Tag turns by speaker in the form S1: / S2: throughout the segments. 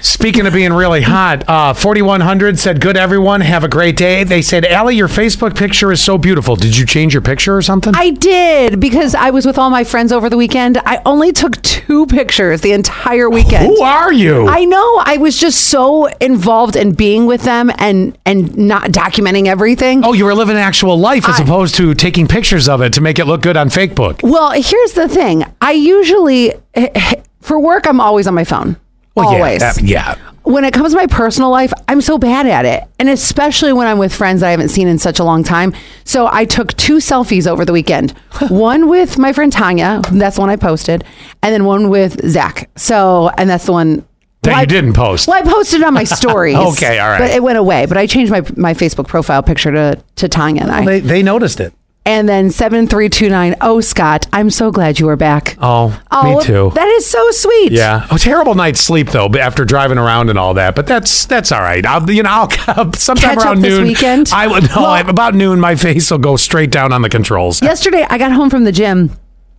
S1: Speaking of being really hot, uh, 4100 said, Good everyone, have a great day. They said, Allie, your Facebook picture is so beautiful. Did you change your picture or something?
S2: I did because I was with all my friends over the weekend. I only took two pictures the entire weekend.
S1: Who are you?
S2: I know. I was just so involved in being with them and and not documenting everything.
S1: oh, you were living actual life as
S2: I-
S1: opposed to taking pictures of it to make it look good on Facebook.
S2: Well, here's the thing. I usually eh, for work I'm always on my phone.
S1: Well, yeah,
S2: always.
S1: that- yeah.
S2: When it comes to my personal life, I'm so bad at it. And especially when I'm with friends that I haven't seen in such a long time. So I took two selfies over the weekend. one with my friend Tanya, that's the one I posted, and then one with Zach. So and that's the one
S1: That
S2: Well, I-
S1: you didn't post.
S2: Well, I posted it on my stories.
S1: Okay, all right.
S2: But it went away. But I changed my my Facebook profile picture to to Tanya and I.
S1: They, they noticed it.
S2: and then seven three two nine. Oh, Scott, I'm so glad you were back.
S1: Oh, me too.
S2: That is so sweet.
S1: yeah. Oh, terrible night's sleep though, but after driving around and all that. But that's that's all right. I'll you know I'll sometime
S2: Catch up
S1: around
S2: this
S1: noon.
S2: weekend?
S1: I would no
S2: Well-
S1: I- about noon. My face will go straight down on the controls.
S2: Yesterday, I got home from the gym.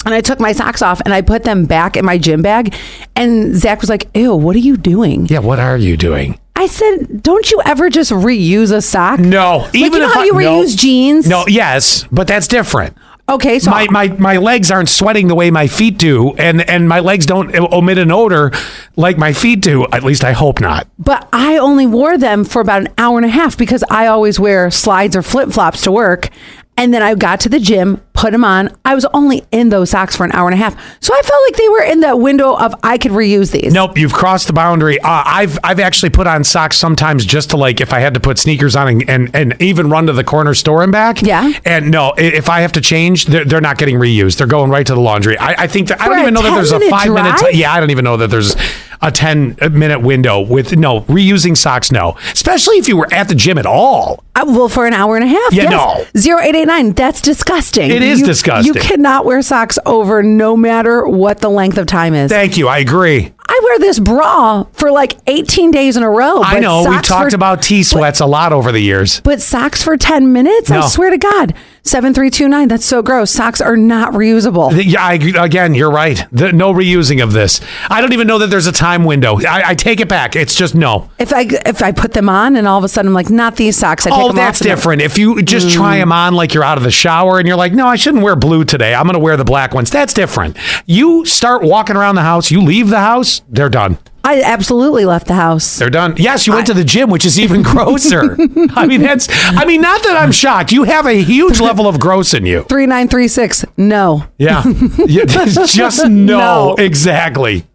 S2: And I took my socks off and I put them back in my gym bag. And Zach was like, Ew, what are you doing?
S1: Yeah, what are you doing?
S2: I said, Don't you ever just reuse a sock?
S1: No,
S2: you know how you
S1: no.
S2: reuse jeans?
S1: No, yes, but that's different.
S2: Okay, so
S1: My, my my legs aren't sweating the way my feet do, and and my legs don't omit an odor like my feet do. At least I hope not.
S2: But I only wore them for about an hour and a half because I always wear slides or flip flops to work. And then I got to the gym, put them on. I was only in those socks for an hour and a half. So I felt like they were in that window of I could reuse these.
S1: Nope, you've crossed the boundary. Uh, I've I've actually put on socks sometimes just to like if I had to put sneakers on and and, and even run to the corner store and back.
S2: Yeah.
S1: And no, i- if I have to change, they're, they're not getting reused. They're going right to the laundry. I, I think that I
S2: For
S1: don't
S2: a
S1: even know that there's a
S2: 10-minute
S1: five minute.
S2: drive?
S1: yeah, I don't even know that there's a ten uh, minute window with no reusing socks. No, especially if you were at the gym at all.
S2: I, Uh, well, for an hour and a half.
S1: Yeah,
S2: yes.
S1: no.
S2: 0889. That's disgusting.
S1: It is
S2: You-
S1: disgusting.
S2: You cannot wear socks over no matter what the length of time is.
S1: Thank you. I agree.
S2: I wear this bra for like 18 days in a row.
S1: I
S2: but
S1: know we've
S2: socks
S1: talked
S2: for-
S1: about tea sweats a lot over the years.
S2: But socks for 10 minutes?
S1: No.
S2: I swear to God. 7329, that's so gross. Socks are not reusable.
S1: Th- Yeah, I, agree- again, you're right. The, no reusing of this. I don't even know that there's a time window. I, I take it back. It's just no.
S2: If I if I put them on and all of a sudden I'm like, not these socks, I take
S1: Oh,
S2: them
S1: that's Mm.
S2: off. and-
S1: different. If you just try them on like you're out of the shower and you're like, no, I shouldn't wear blue today. I'm going to wear the black ones. That's different. You start walking around the house, you leave the house, they're done.
S2: I absolutely left the house.
S1: They're done. Yes, you went to the gym, which is even grosser. I mean, that's, I mean, not that I'm shocked. You have a huge level of gross in you.
S2: 3936, no.
S1: Yeah. yeah just no.
S2: No.
S1: Exactly.